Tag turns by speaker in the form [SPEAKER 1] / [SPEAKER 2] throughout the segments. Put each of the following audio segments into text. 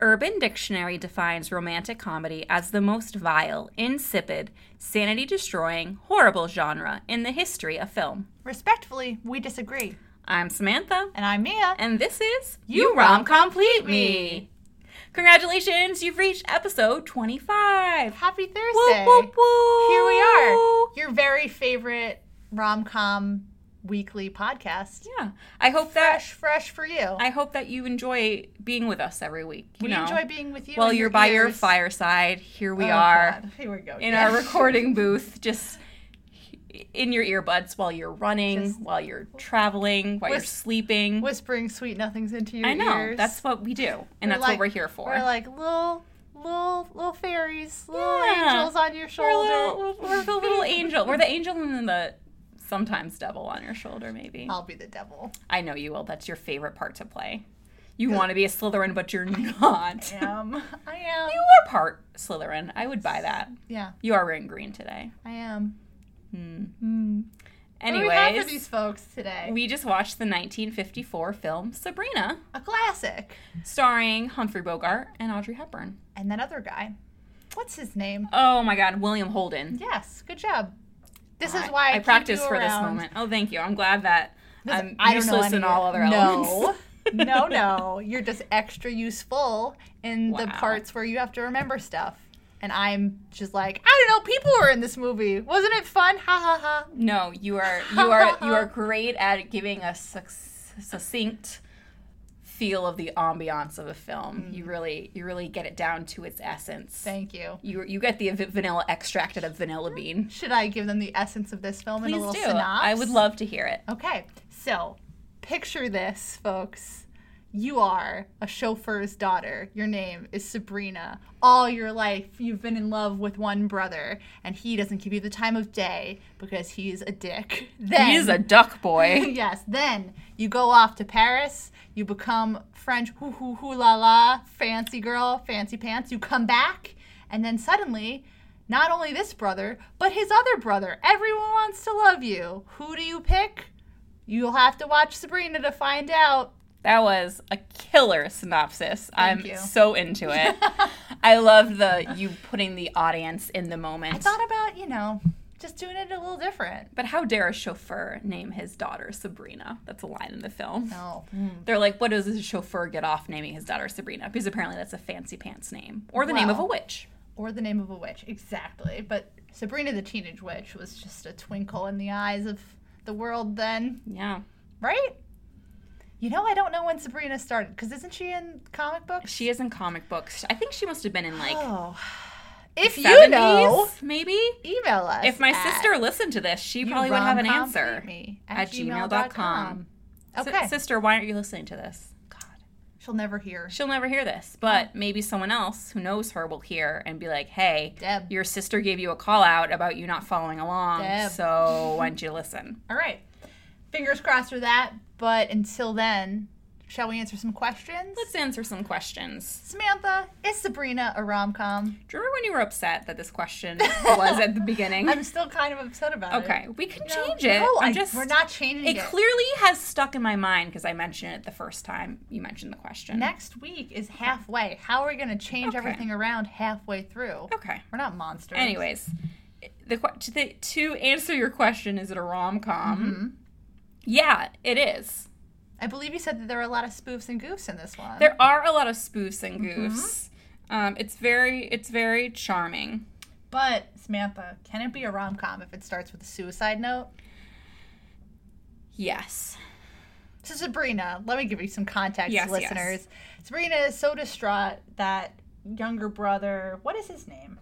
[SPEAKER 1] Urban Dictionary defines romantic comedy as the most vile, insipid, sanity destroying, horrible genre in the history of film.
[SPEAKER 2] Respectfully, we disagree.
[SPEAKER 1] I'm Samantha,
[SPEAKER 2] And I'm Mia.
[SPEAKER 1] and this is
[SPEAKER 2] You
[SPEAKER 1] Rom
[SPEAKER 2] Rom
[SPEAKER 1] Complete
[SPEAKER 2] Me.
[SPEAKER 1] Congratulations, you've reached episode 25.
[SPEAKER 2] Happy Thursday.
[SPEAKER 1] Whoop, whoop, whoop.
[SPEAKER 2] Here we are. Your very favorite rom com weekly podcast.
[SPEAKER 1] Yeah. I hope that
[SPEAKER 2] Fresh, fresh for you.
[SPEAKER 1] I hope that you enjoy being with us every week. You
[SPEAKER 2] we
[SPEAKER 1] know,
[SPEAKER 2] enjoy being with you.
[SPEAKER 1] while
[SPEAKER 2] and
[SPEAKER 1] you're by your
[SPEAKER 2] ears.
[SPEAKER 1] fireside. Here we
[SPEAKER 2] Oh,
[SPEAKER 1] are.
[SPEAKER 2] God. Here we go.
[SPEAKER 1] in
[SPEAKER 2] Yeah.
[SPEAKER 1] our recording booth, just in your earbuds while you're running,
[SPEAKER 2] Just-
[SPEAKER 1] while you're traveling, while you're
[SPEAKER 2] Whis-
[SPEAKER 1] sleeping.
[SPEAKER 2] Whispering sweet nothings into your
[SPEAKER 1] I know
[SPEAKER 2] ears.
[SPEAKER 1] that's what we do, and
[SPEAKER 2] We're
[SPEAKER 1] that's
[SPEAKER 2] like-
[SPEAKER 1] what we're here for.
[SPEAKER 2] We're like little, little, little fairies, little
[SPEAKER 1] Yeah.
[SPEAKER 2] angels on your
[SPEAKER 1] We're
[SPEAKER 2] shoulder.
[SPEAKER 1] little- we're the little angel. We're the angel and then the sometimes devil on your shoulder, maybe.
[SPEAKER 2] I'll be the devil.
[SPEAKER 1] I know you will. That's your favorite part to play. You want to be a Slytherin, but you're not.
[SPEAKER 2] I am. I am.
[SPEAKER 1] You are part Slytherin. I would buy that.
[SPEAKER 2] Yeah,
[SPEAKER 1] You are wearing green today.
[SPEAKER 2] I am.
[SPEAKER 1] Hmm.
[SPEAKER 2] Hmm. What do
[SPEAKER 1] Anyways,
[SPEAKER 2] we have for these folks today?
[SPEAKER 1] we just watched the 1954 film Sabrina.
[SPEAKER 2] a classic.
[SPEAKER 1] starring Humphrey Bogart and Audrey Hepburn.
[SPEAKER 2] And that other guy. What's his name?
[SPEAKER 1] Oh my God, William Holden.
[SPEAKER 2] Yes, good job. This is
[SPEAKER 1] I-
[SPEAKER 2] why I,
[SPEAKER 1] I,
[SPEAKER 2] keep
[SPEAKER 1] practiced
[SPEAKER 2] you
[SPEAKER 1] for this
[SPEAKER 2] around.
[SPEAKER 1] moment. Oh, thank you. I'm glad that
[SPEAKER 2] This-
[SPEAKER 1] I'm
[SPEAKER 2] I don't know
[SPEAKER 1] useless in
[SPEAKER 2] any-
[SPEAKER 1] all other
[SPEAKER 2] No.
[SPEAKER 1] elements.
[SPEAKER 2] no, no. You're just extra useful in the
[SPEAKER 1] Wow.
[SPEAKER 2] parts where you have to remember stuff. And I'm just like, I don't know, people were in this movie. Wasn't it fun? Ha ha ha.
[SPEAKER 1] no. You are you are you are great at giving a suc- succinct feel of the ambiance of a film. You really you really get it down to its essence.
[SPEAKER 2] Mm. Thank you.
[SPEAKER 1] you you get the v- vanilla extract out of vanilla bean.
[SPEAKER 2] Should I give them the essence of this film in a
[SPEAKER 1] Please
[SPEAKER 2] little
[SPEAKER 1] do.
[SPEAKER 2] synopsis?
[SPEAKER 1] I would love to hear it.
[SPEAKER 2] Okay, so picture this, folks. You are a chauffeur's daughter. Your name is Sabrina. All your life, you've been in love with one brother, and he doesn't give you the time of day because he's a dick. Then,
[SPEAKER 1] He's a duck boy.
[SPEAKER 2] yes. Then you go off to Paris. You become French hoo hoo hoo la la fancy girl, fancy pants. You come back, and then suddenly, not only this brother, but his other brother. Everyone wants to love you. Who do you pick? You'll have to watch Sabrina to find out.
[SPEAKER 1] That was a killer synopsis. I'm
[SPEAKER 2] you.
[SPEAKER 1] so into it. I love the you putting the audience in the moment.
[SPEAKER 2] I thought about you know just doing it a little different.
[SPEAKER 1] but how dare a chauffeur name his daughter Sabrina? That's a line in the film.
[SPEAKER 2] No.
[SPEAKER 1] They're like, what does a chauffeur get off naming his daughter Sabrina? Because apparently that's a fancy pants name or the name of a
[SPEAKER 2] Well.
[SPEAKER 1] witch.
[SPEAKER 2] or the name of a witch exactly but sabrina the teenage witch was just a twinkle in the eyes of the world then
[SPEAKER 1] Yeah.
[SPEAKER 2] right you know i don't know when sabrina started because isn't she in comic books
[SPEAKER 1] She is in comic books. I think she must have been in like
[SPEAKER 2] oh if
[SPEAKER 1] 70s,
[SPEAKER 2] you know
[SPEAKER 1] maybe.
[SPEAKER 2] email us
[SPEAKER 1] If my
[SPEAKER 2] at
[SPEAKER 1] sister listened to this, she probably would have an answer.
[SPEAKER 2] youromcomplete me
[SPEAKER 1] At gmail.com. Si-
[SPEAKER 2] okay
[SPEAKER 1] sister, why aren't you listening to this? God.
[SPEAKER 2] she'll never hear
[SPEAKER 1] She'll never hear this,
[SPEAKER 2] Oh.
[SPEAKER 1] but maybe someone else who knows her will hear and be like, hey,
[SPEAKER 2] Deb.
[SPEAKER 1] your sister gave you a call out about you not following along,
[SPEAKER 2] Deb.
[SPEAKER 1] so why don't you listen?
[SPEAKER 2] all right fingers crossed for that but until then shall we answer some questions
[SPEAKER 1] Let's answer some questions.
[SPEAKER 2] samantha is sabrina a rom-com
[SPEAKER 1] Do you remember when you were upset that this question was at the beginning?
[SPEAKER 2] I'm still kind of upset about it.
[SPEAKER 1] okay, we can
[SPEAKER 2] No,
[SPEAKER 1] change it.
[SPEAKER 2] No,
[SPEAKER 1] I'm
[SPEAKER 2] I-
[SPEAKER 1] just,
[SPEAKER 2] we're not changing
[SPEAKER 1] it
[SPEAKER 2] it.
[SPEAKER 1] clearly has stuck in my mind because I mentioned it the first time you mentioned the question.
[SPEAKER 2] Next week is halfway. How are we going to change
[SPEAKER 1] Okay.
[SPEAKER 2] everything around halfway through?
[SPEAKER 1] Okay.
[SPEAKER 2] We're not monsters.
[SPEAKER 1] Anyways, the, que- to the to answer your question, is it a rom com?
[SPEAKER 2] Mm-hmm.
[SPEAKER 1] Yeah, it is.
[SPEAKER 2] I believe you said that there were a lot of spoofs and goofs in this one.
[SPEAKER 1] There are a lot of spoofs and goofs. Um, it's very it's very charming.
[SPEAKER 2] but Samantha, can it be a rom com if it starts with a suicide note?
[SPEAKER 1] Yes.
[SPEAKER 2] So Sabrina, let me give you some context,
[SPEAKER 1] Yes,
[SPEAKER 2] listeners. Sabrina is so distraught that younger brother, what is his name?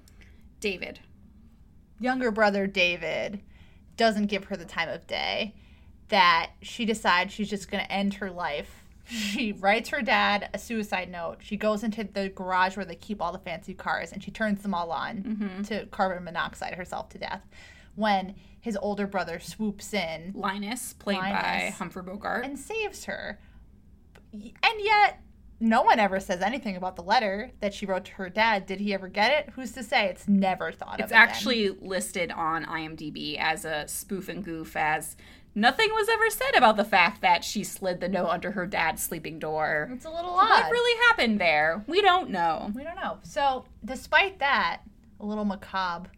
[SPEAKER 1] David.
[SPEAKER 2] younger brother David doesn't give her the time of day, that she decides she's just going to end her life. She writes her dad a suicide note. She goes into the garage where they keep all the fancy cars and she turns them all on to carbon monoxide herself to death when his older brother swoops in
[SPEAKER 1] Linus, played by
[SPEAKER 2] Linus.
[SPEAKER 1] Humphrey Bogart.
[SPEAKER 2] and saves her. And yet, no one ever says anything about the letter that she wrote to her dad. Did he ever get it? Who's to say? It's never thought of.
[SPEAKER 1] it's
[SPEAKER 2] again.
[SPEAKER 1] actually listed on IMDb as a spoof and goof as Nothing was ever said about the fact that she slid the note under her dad's sleeping door.
[SPEAKER 2] It's a little
[SPEAKER 1] What
[SPEAKER 2] odd.
[SPEAKER 1] really happened there? We don't know.
[SPEAKER 2] We don't know. So, despite that, a little macabre.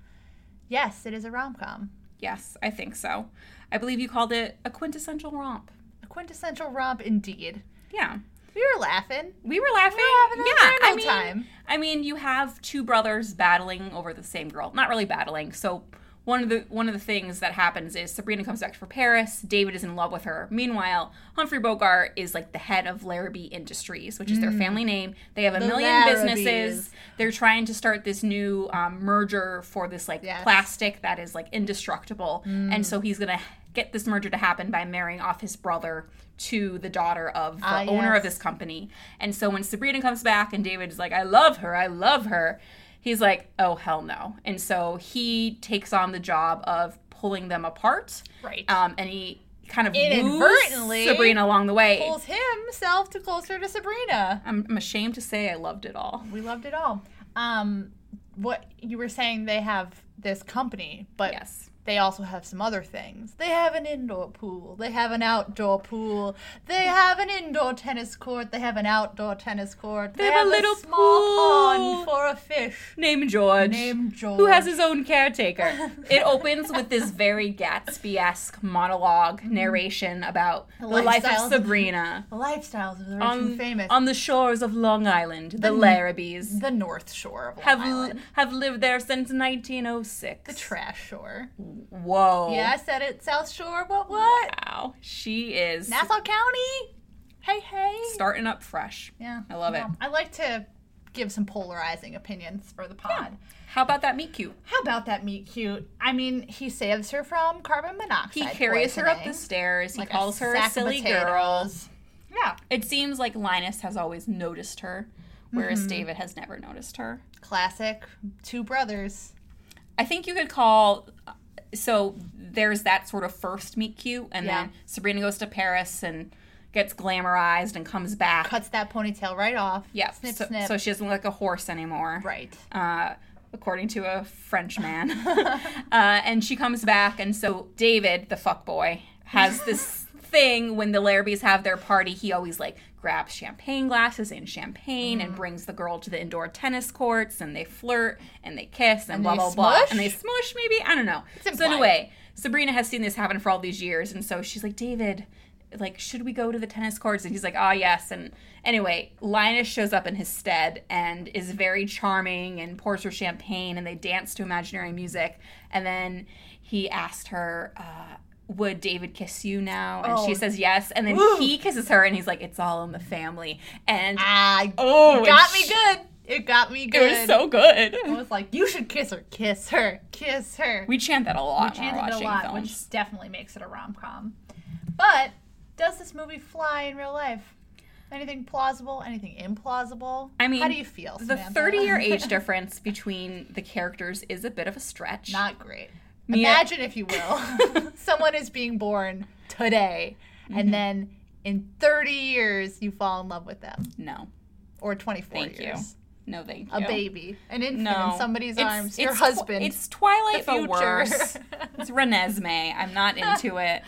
[SPEAKER 2] Yes, it is a rom com,
[SPEAKER 1] Yes, I think so. I believe you called it a quintessential romp.
[SPEAKER 2] a quintessential romp indeed.
[SPEAKER 1] Yeah.
[SPEAKER 2] We were laughing.
[SPEAKER 1] We were laughing.
[SPEAKER 2] We were having a
[SPEAKER 1] yeah,
[SPEAKER 2] grand
[SPEAKER 1] I
[SPEAKER 2] old
[SPEAKER 1] mean,
[SPEAKER 2] time.
[SPEAKER 1] I mean, you have two brothers battling over the same girl. Not really battling. So one of the one of the things that happens is Sabrina comes back for Paris. David is in love with her. Meanwhile, Humphrey Bogart is like the head of Larrabee Industries, which is their family name. They have a
[SPEAKER 2] Mm. The
[SPEAKER 1] million
[SPEAKER 2] Larrabees.
[SPEAKER 1] businesses. They're trying to start this new um, merger for this like
[SPEAKER 2] Yes. Mm.
[SPEAKER 1] plastic that is like indestructible, and so he's gonna get this merger to happen by marrying off his brother to the daughter of the
[SPEAKER 2] Ah,
[SPEAKER 1] owner of
[SPEAKER 2] yes.
[SPEAKER 1] this company. And so when Sabrina comes back and David's like, I love her, I love her, he's like, oh, hell no. And so he takes on the job of pulling them apart.
[SPEAKER 2] Right.
[SPEAKER 1] Um, and he kind of
[SPEAKER 2] Inadvertently
[SPEAKER 1] woos Sabrina along the way.
[SPEAKER 2] Pulls himself to closer to Sabrina.
[SPEAKER 1] I'm, I'm ashamed to say I loved it all.
[SPEAKER 2] We loved it all. Um, what you were saying, they have this company, but
[SPEAKER 1] Yes.
[SPEAKER 2] they also have some other things. They have an indoor pool. They have an outdoor pool. They have an indoor tennis court. They have an outdoor tennis court. They,
[SPEAKER 1] have a little
[SPEAKER 2] small
[SPEAKER 1] pool.
[SPEAKER 2] pond for a fish
[SPEAKER 1] Name George.
[SPEAKER 2] named George.
[SPEAKER 1] Who has his own caretaker? It opens with this very Gatsby esque monologue narration about the, life
[SPEAKER 2] lifestyles
[SPEAKER 1] of
[SPEAKER 2] of-
[SPEAKER 1] Sabrina
[SPEAKER 2] the lifestyles of the rich
[SPEAKER 1] on,
[SPEAKER 2] and famous
[SPEAKER 1] on the shores of Long Island, the, Larrabees.
[SPEAKER 2] the North Shore of Long
[SPEAKER 1] have
[SPEAKER 2] Island,
[SPEAKER 1] have lived there since 1906.
[SPEAKER 2] the trash shore.
[SPEAKER 1] Whoa.
[SPEAKER 2] Yeah, I said it. South Shore. What? What?
[SPEAKER 1] Wow. She is
[SPEAKER 2] Nassau County. Hey, hey.
[SPEAKER 1] starting up fresh.
[SPEAKER 2] Yeah,
[SPEAKER 1] I love it.
[SPEAKER 2] I like to give some polarizing opinions for the pod.
[SPEAKER 1] How about that meet cute?
[SPEAKER 2] How about that meet cute? I mean, he saves her from carbon
[SPEAKER 1] He
[SPEAKER 2] monoxide.
[SPEAKER 1] carries her up the
[SPEAKER 2] poisoning,
[SPEAKER 1] stairs. He
[SPEAKER 2] like
[SPEAKER 1] calls her a
[SPEAKER 2] sack of
[SPEAKER 1] silly girl.
[SPEAKER 2] potatoes. Yeah,
[SPEAKER 1] It seems like Linus has always noticed her, whereas
[SPEAKER 2] Mm-hmm.
[SPEAKER 1] David has never noticed her.
[SPEAKER 2] classic. Two brothers.
[SPEAKER 1] I think you could call. uh, So there's that sort of first meet cute, and
[SPEAKER 2] Yeah.
[SPEAKER 1] then Sabrina goes to Paris and gets glamorized and comes back.
[SPEAKER 2] Cuts that ponytail right off.
[SPEAKER 1] yeah,
[SPEAKER 2] Snip,
[SPEAKER 1] so,
[SPEAKER 2] snip.
[SPEAKER 1] so she doesn't look like a horse anymore.
[SPEAKER 2] right.
[SPEAKER 1] uh, according to a French man. uh, and she comes back, and so David, the fuck boy, has this thing when the Larrabees have their party. He always like grabs champagne glasses and champagne
[SPEAKER 2] Mm.
[SPEAKER 1] and brings the girl to the indoor tennis courts, and they flirt and they kiss and, blah
[SPEAKER 2] they
[SPEAKER 1] blah blah,
[SPEAKER 2] smush?
[SPEAKER 1] and they smush maybe I don't know. so
[SPEAKER 2] implied.
[SPEAKER 1] anyway, Sabrina has seen this happen for all these years, and so she's like, David. Like, should we go to the tennis courts? And he's like, ah, yes. And anyway, Linus shows up in his stead and is very charming and pours her champagne, and they dance to imaginary music. And then he asked her, uh, would David kiss you now? And she
[SPEAKER 2] Oh.
[SPEAKER 1] says yes. And then
[SPEAKER 2] Ooh.
[SPEAKER 1] he kisses her, and he's like, it's all in the family. And
[SPEAKER 2] Ah,
[SPEAKER 1] Oh,
[SPEAKER 2] it got
[SPEAKER 1] it's-
[SPEAKER 2] me good. It got me
[SPEAKER 1] it
[SPEAKER 2] good.
[SPEAKER 1] was so good.
[SPEAKER 2] I was like, you should kiss her, kiss her, kiss her.
[SPEAKER 1] We chant that a lot when we're
[SPEAKER 2] chanted
[SPEAKER 1] watching
[SPEAKER 2] a lot,
[SPEAKER 1] films.
[SPEAKER 2] which definitely makes it a rom com. But does this movie fly in real life? Anything plausible? Anything implausible?
[SPEAKER 1] I mean,
[SPEAKER 2] how do you feel?
[SPEAKER 1] the
[SPEAKER 2] Samantha?
[SPEAKER 1] 30 year age difference between the characters is a bit of a stretch.
[SPEAKER 2] Not great.
[SPEAKER 1] Mia-
[SPEAKER 2] Imagine, if you will, someone is being born today,
[SPEAKER 1] Mm-hmm.
[SPEAKER 2] and then in 30 years you fall in love with them,
[SPEAKER 1] no.
[SPEAKER 2] or 24
[SPEAKER 1] Thank you.
[SPEAKER 2] years.
[SPEAKER 1] No, thank you.
[SPEAKER 2] A baby, an infant
[SPEAKER 1] No.
[SPEAKER 2] in somebody's
[SPEAKER 1] It's-
[SPEAKER 2] arms, your
[SPEAKER 1] it's tw-
[SPEAKER 2] husband.
[SPEAKER 1] it's Twilight
[SPEAKER 2] the
[SPEAKER 1] for worse.
[SPEAKER 2] future.
[SPEAKER 1] It's Renesmee. I'm not into it.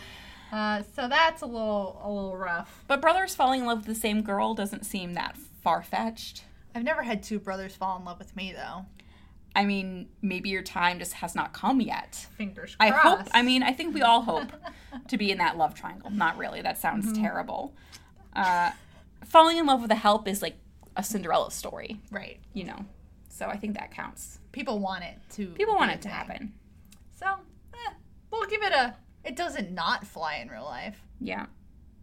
[SPEAKER 2] uh, so that's a little a little rough.
[SPEAKER 1] But brothers falling in love with the same girl doesn't seem that far fetched.
[SPEAKER 2] I've never had two brothers fall in love with me though.
[SPEAKER 1] I mean, maybe your time just has not come yet.
[SPEAKER 2] Fingers
[SPEAKER 1] I
[SPEAKER 2] crossed.
[SPEAKER 1] hope. I mean, I think we all hope to be in that love triangle. Not really. That sounds
[SPEAKER 2] Mm-hmm.
[SPEAKER 1] terrible. Uh, falling in love with a help is like a Cinderella story,
[SPEAKER 2] right.
[SPEAKER 1] you know. So I think that counts.
[SPEAKER 2] people want it to
[SPEAKER 1] People
[SPEAKER 2] be
[SPEAKER 1] want
[SPEAKER 2] a
[SPEAKER 1] it to
[SPEAKER 2] thing.
[SPEAKER 1] happen.
[SPEAKER 2] so eh, we'll give it a it doesn't not fly in real life
[SPEAKER 1] Yeah,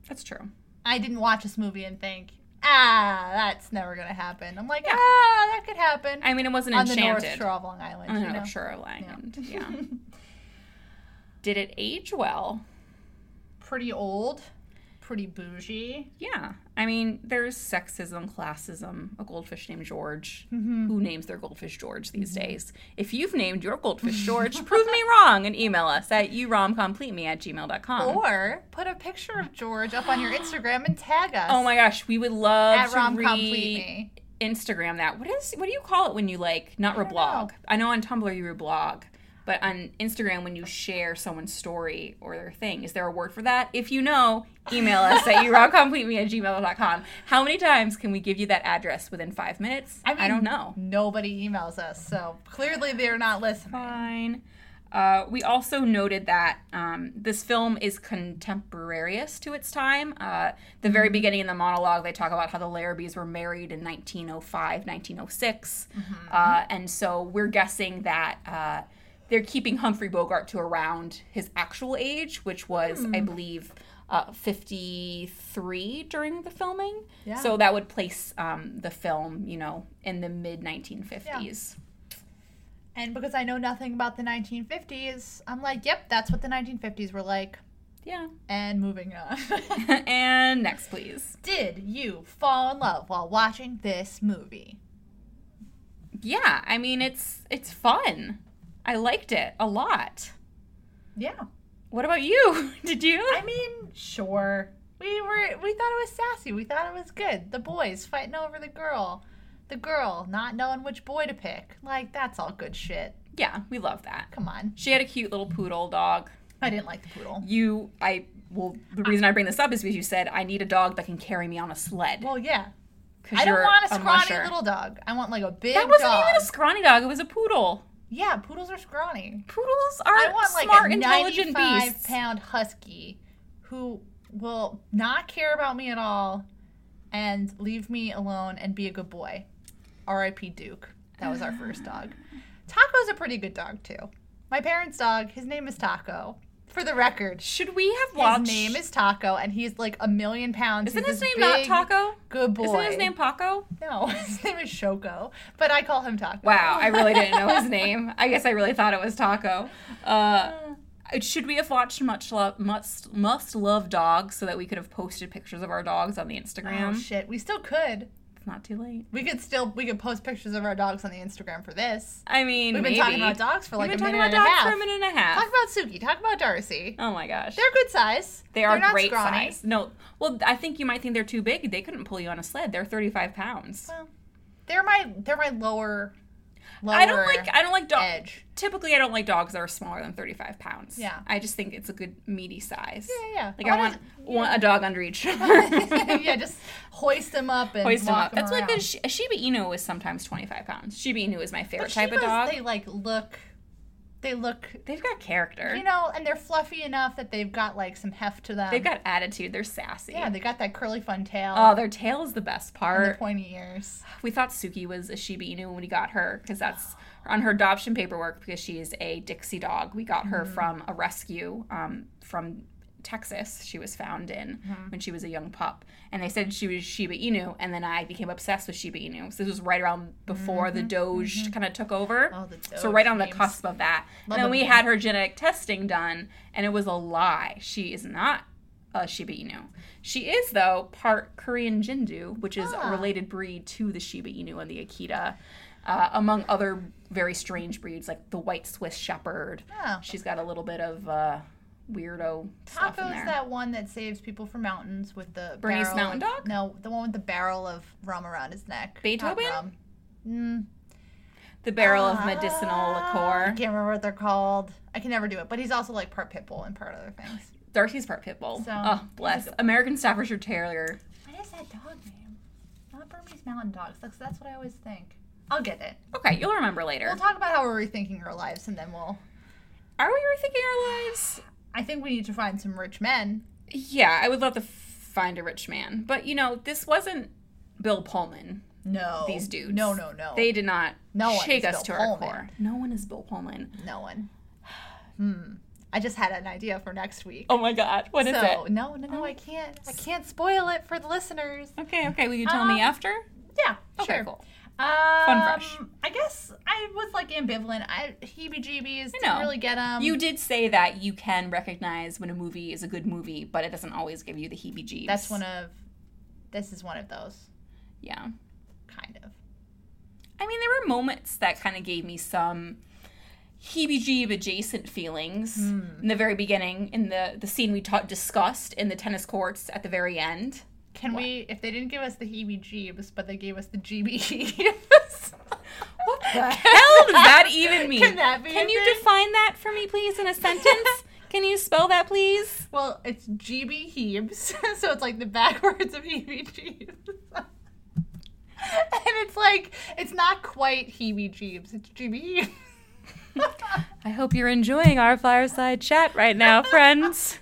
[SPEAKER 1] that's true.
[SPEAKER 2] i didn't watch this movie and think ah that's never gonna happen i'm like
[SPEAKER 1] Yeah.
[SPEAKER 2] ah that could happen
[SPEAKER 1] I mean, it wasn't
[SPEAKER 2] on the
[SPEAKER 1] enchanted.
[SPEAKER 2] north shore of long island
[SPEAKER 1] on the
[SPEAKER 2] you know?
[SPEAKER 1] North Shore of Island. Yeah. Did it age well?
[SPEAKER 2] pretty old pretty bougie
[SPEAKER 1] Yeah. I mean, there's sexism, classism, a goldfish named George.
[SPEAKER 2] Mm-hmm.
[SPEAKER 1] Who names their goldfish George these days? If you've named your goldfish George, prove me wrong and email us at uromcompleteme at gmail.com.
[SPEAKER 2] or put a picture of george up on your instagram and tag us
[SPEAKER 1] Oh my gosh, we would love
[SPEAKER 2] at
[SPEAKER 1] to
[SPEAKER 2] rom
[SPEAKER 1] re-
[SPEAKER 2] me
[SPEAKER 1] Instagram that. What is what do you call it when you like not reblog? I know on Tumblr you reblog. But on Instagram, when you share someone's story or their thing, is there a word for that? If you know, email us at yourockcompleteme at gmail.com. How many times can we give you that address within five minutes? I,
[SPEAKER 2] mean,
[SPEAKER 1] don't know.
[SPEAKER 2] Nobody emails us, so clearly they're not listening.
[SPEAKER 1] Fine. Uh, we also noted that um, this film is contemporaneous to its time. Uh, the very beginning in the monologue, they talk about how the Larrabees were married in 1905, 1906. Uh, and so we're guessing that uh, they're keeping Humphrey Bogart to around his actual age, which was, I believe, uh, 53 during the filming.
[SPEAKER 2] Yeah.
[SPEAKER 1] So that would place um, the film, you know, in the mid 1950s.
[SPEAKER 2] And because I know nothing about the 1950s, I'm like, yep, that's what the 1950s were like.
[SPEAKER 1] Yeah.
[SPEAKER 2] And moving on.
[SPEAKER 1] and next, please.
[SPEAKER 2] Did you fall in love while watching this movie?
[SPEAKER 1] Yeah, I mean it's it's fun. I liked it a lot.
[SPEAKER 2] Yeah.
[SPEAKER 1] What about you? Did you?
[SPEAKER 2] I mean, sure. We were we thought it was sassy. We thought it was good. The boys fighting over the girl. The girl not knowing which boy to pick. Like that's all good shit.
[SPEAKER 1] yeah, we love that.
[SPEAKER 2] Come on.
[SPEAKER 1] She had a cute little poodle dog.
[SPEAKER 2] I didn't like the poodle.
[SPEAKER 1] You I well the reason I bring this up is because you said I need a dog that can carry me on a sled.
[SPEAKER 2] Well, yeah.
[SPEAKER 1] 'cause
[SPEAKER 2] I don't
[SPEAKER 1] you're
[SPEAKER 2] want a scrawny
[SPEAKER 1] musher.
[SPEAKER 2] little dog. I want like a big
[SPEAKER 1] That wasn't
[SPEAKER 2] dog.
[SPEAKER 1] even a scrawny dog, it was a poodle.
[SPEAKER 2] yeah, poodles are scrawny.
[SPEAKER 1] Poodles
[SPEAKER 2] I
[SPEAKER 1] are
[SPEAKER 2] want like
[SPEAKER 1] smart,
[SPEAKER 2] a
[SPEAKER 1] intelligent
[SPEAKER 2] 95
[SPEAKER 1] beasts.
[SPEAKER 2] pound husky who will not care about me at all and leave me alone and be a good boy. R.I.P. Duke. That was our first dog. Taco's a pretty good dog too. My parents' dog, his name is Taco. For the record,
[SPEAKER 1] Should we have
[SPEAKER 2] his
[SPEAKER 1] watched
[SPEAKER 2] name is Taco and he's like a million pounds.
[SPEAKER 1] Isn't
[SPEAKER 2] He's
[SPEAKER 1] his
[SPEAKER 2] this
[SPEAKER 1] name not
[SPEAKER 2] big,
[SPEAKER 1] Taco?
[SPEAKER 2] Good boy.
[SPEAKER 1] Isn't his name Paco?
[SPEAKER 2] No, his name is Shoko, but I call him Taco.
[SPEAKER 1] Wow, I really didn't know his name. I guess I really thought it was Taco. Uh, should we have watched Much Love Must Must Love Dogs so that we could have posted pictures of our dogs on the Instagram?
[SPEAKER 2] Oh shit, we still could.
[SPEAKER 1] it's not too late.
[SPEAKER 2] We could still we could post pictures of our dogs on the Instagram for this.
[SPEAKER 1] I mean,
[SPEAKER 2] We've been
[SPEAKER 1] maybe.
[SPEAKER 2] talking about dogs for
[SPEAKER 1] We've
[SPEAKER 2] like
[SPEAKER 1] been
[SPEAKER 2] a
[SPEAKER 1] talking
[SPEAKER 2] minute
[SPEAKER 1] about
[SPEAKER 2] and a
[SPEAKER 1] dogs
[SPEAKER 2] half.
[SPEAKER 1] for a minute and a half.
[SPEAKER 2] Talk about Suki. Talk about Darcy.
[SPEAKER 1] oh my gosh,
[SPEAKER 2] They're good size.
[SPEAKER 1] They are
[SPEAKER 2] They're not
[SPEAKER 1] great
[SPEAKER 2] scrawny.
[SPEAKER 1] size. No, well, I think you might think they're too big. They couldn't pull you on a sled. They're thirty-five pounds.
[SPEAKER 2] Well, they're my they're my lower lower
[SPEAKER 1] I don't like. I don't like dogs.
[SPEAKER 2] edge.
[SPEAKER 1] Typically, I don't like dogs that are smaller than thirty-five pounds.
[SPEAKER 2] Yeah.
[SPEAKER 1] I just think it's a good meaty size.
[SPEAKER 2] Yeah, yeah.
[SPEAKER 1] Like I want,
[SPEAKER 2] does-
[SPEAKER 1] want a dog under each.
[SPEAKER 2] yeah, just hoist them up and
[SPEAKER 1] Hoist 'em
[SPEAKER 2] walk
[SPEAKER 1] up. That's
[SPEAKER 2] around.
[SPEAKER 1] what the Sh- a Shiba Inu is sometimes 25 pounds. Shiba Inu is my favorite
[SPEAKER 2] But
[SPEAKER 1] type of
[SPEAKER 2] Shibas,
[SPEAKER 1] dog.
[SPEAKER 2] They like look. They look.
[SPEAKER 1] They, have got character.
[SPEAKER 2] You know, and they're fluffy enough that they've got like some heft to them.
[SPEAKER 1] They've got attitude. They're sassy.
[SPEAKER 2] yeah, they got that curly fun tail
[SPEAKER 1] Oh, their tail is the best
[SPEAKER 2] and the
[SPEAKER 1] part.
[SPEAKER 2] pointy ears.
[SPEAKER 1] We thought Suki was a Shiba Inu when we got her because that's on her adoption paperwork because she is a Dixie dog. We got her from a rescue um, from Texas. She was found in when she was a young pup, and they said she was Shiba Inu. And then I became obsessed with Shiba Inu. So this was right around before the Doge kind of took over.
[SPEAKER 2] Oh, the
[SPEAKER 1] So right
[SPEAKER 2] Doge
[SPEAKER 1] on the
[SPEAKER 2] memes.
[SPEAKER 1] cusp of that.
[SPEAKER 2] Love
[SPEAKER 1] and then
[SPEAKER 2] a
[SPEAKER 1] we had her genetic testing done, and it was a lie. She is not a Shiba Inu. She is though part Korean Jindu, which is
[SPEAKER 2] Ah.
[SPEAKER 1] a related breed to the Shiba Inu and the Akita, uh, among other very strange breeds like the White Swiss Shepherd.
[SPEAKER 2] Oh.
[SPEAKER 1] She's got a little bit of uh, weirdo stuff in
[SPEAKER 2] Taco's
[SPEAKER 1] there.
[SPEAKER 2] that one that saves people from mountains with the
[SPEAKER 1] Bernese
[SPEAKER 2] barrel
[SPEAKER 1] Mountain
[SPEAKER 2] of-
[SPEAKER 1] Dog?
[SPEAKER 2] No, the one with the barrel of rum around his neck. Not
[SPEAKER 1] Beethoven?
[SPEAKER 2] rum. Mm,
[SPEAKER 1] the barrel of
[SPEAKER 2] ah,
[SPEAKER 1] medicinal
[SPEAKER 2] I
[SPEAKER 1] liqueur.
[SPEAKER 2] can't remember what they're called. I can never do it. But he's also like part pit bull and part other things.
[SPEAKER 1] Darcy's part pit bull.
[SPEAKER 2] So-
[SPEAKER 1] oh, bless. American Staffordshire Terrier.
[SPEAKER 2] What is that dog name? Not Burmese mountain dogs. That's, that's what I always think. I'll get it.
[SPEAKER 1] Okay, you'll remember later.
[SPEAKER 2] We'll talk about how we're rethinking our lives, and then we'll.
[SPEAKER 1] Are we rethinking our lives?
[SPEAKER 2] I think we need to find some rich men.
[SPEAKER 1] Yeah, I would love to f- find a rich man. But, you know, this wasn't Bill Pullman.
[SPEAKER 2] No.
[SPEAKER 1] These dudes.
[SPEAKER 2] No, no, no.
[SPEAKER 1] They did not
[SPEAKER 2] No one
[SPEAKER 1] shake
[SPEAKER 2] is
[SPEAKER 1] us
[SPEAKER 2] Bill
[SPEAKER 1] to our
[SPEAKER 2] Pullman.
[SPEAKER 1] core. No one is Bill Pullman.
[SPEAKER 2] No one. Hmm. I just had an idea for next week.
[SPEAKER 1] Oh my God. What is
[SPEAKER 2] so
[SPEAKER 1] it?
[SPEAKER 2] no, no, no, I can't. I can't spoil it for the listeners.
[SPEAKER 1] Okay, okay. Will you tell
[SPEAKER 2] Um,
[SPEAKER 1] me after?
[SPEAKER 2] Yeah,
[SPEAKER 1] Okay,
[SPEAKER 2] sure.
[SPEAKER 1] cool.
[SPEAKER 2] Um,
[SPEAKER 1] fresh.
[SPEAKER 2] I guess I was like ambivalent. I heebie-jeebies
[SPEAKER 1] know.
[SPEAKER 2] didn't really get them.
[SPEAKER 1] you did say that you can recognize when a movie is a good movie, but it doesn't always give you the heebie jeebies.
[SPEAKER 2] That's one of. This is one of those
[SPEAKER 1] Yeah.
[SPEAKER 2] kind of.
[SPEAKER 1] I mean, there were moments that kind of gave me some heebie-jeeb adjacent feelings
[SPEAKER 2] Hmm.
[SPEAKER 1] in the very beginning, in the the scene we ta- discussed in the tennis courts at the very end.
[SPEAKER 2] Can we? If they didn't give us the heebie-jeebs, but they gave us the jeebies.
[SPEAKER 1] What the hell does that even mean?
[SPEAKER 2] Can that be
[SPEAKER 1] Can
[SPEAKER 2] a
[SPEAKER 1] you
[SPEAKER 2] thing?
[SPEAKER 1] define that for me, please, in a sentence? Can you spell that, please?
[SPEAKER 2] Well, it's GB Heebs, so it's like the backwards of heebie jeebs. and it's like, it's not quite heebie jeebs, it's GB Heebs.
[SPEAKER 1] I hope you're enjoying our fireside chat right now, friends.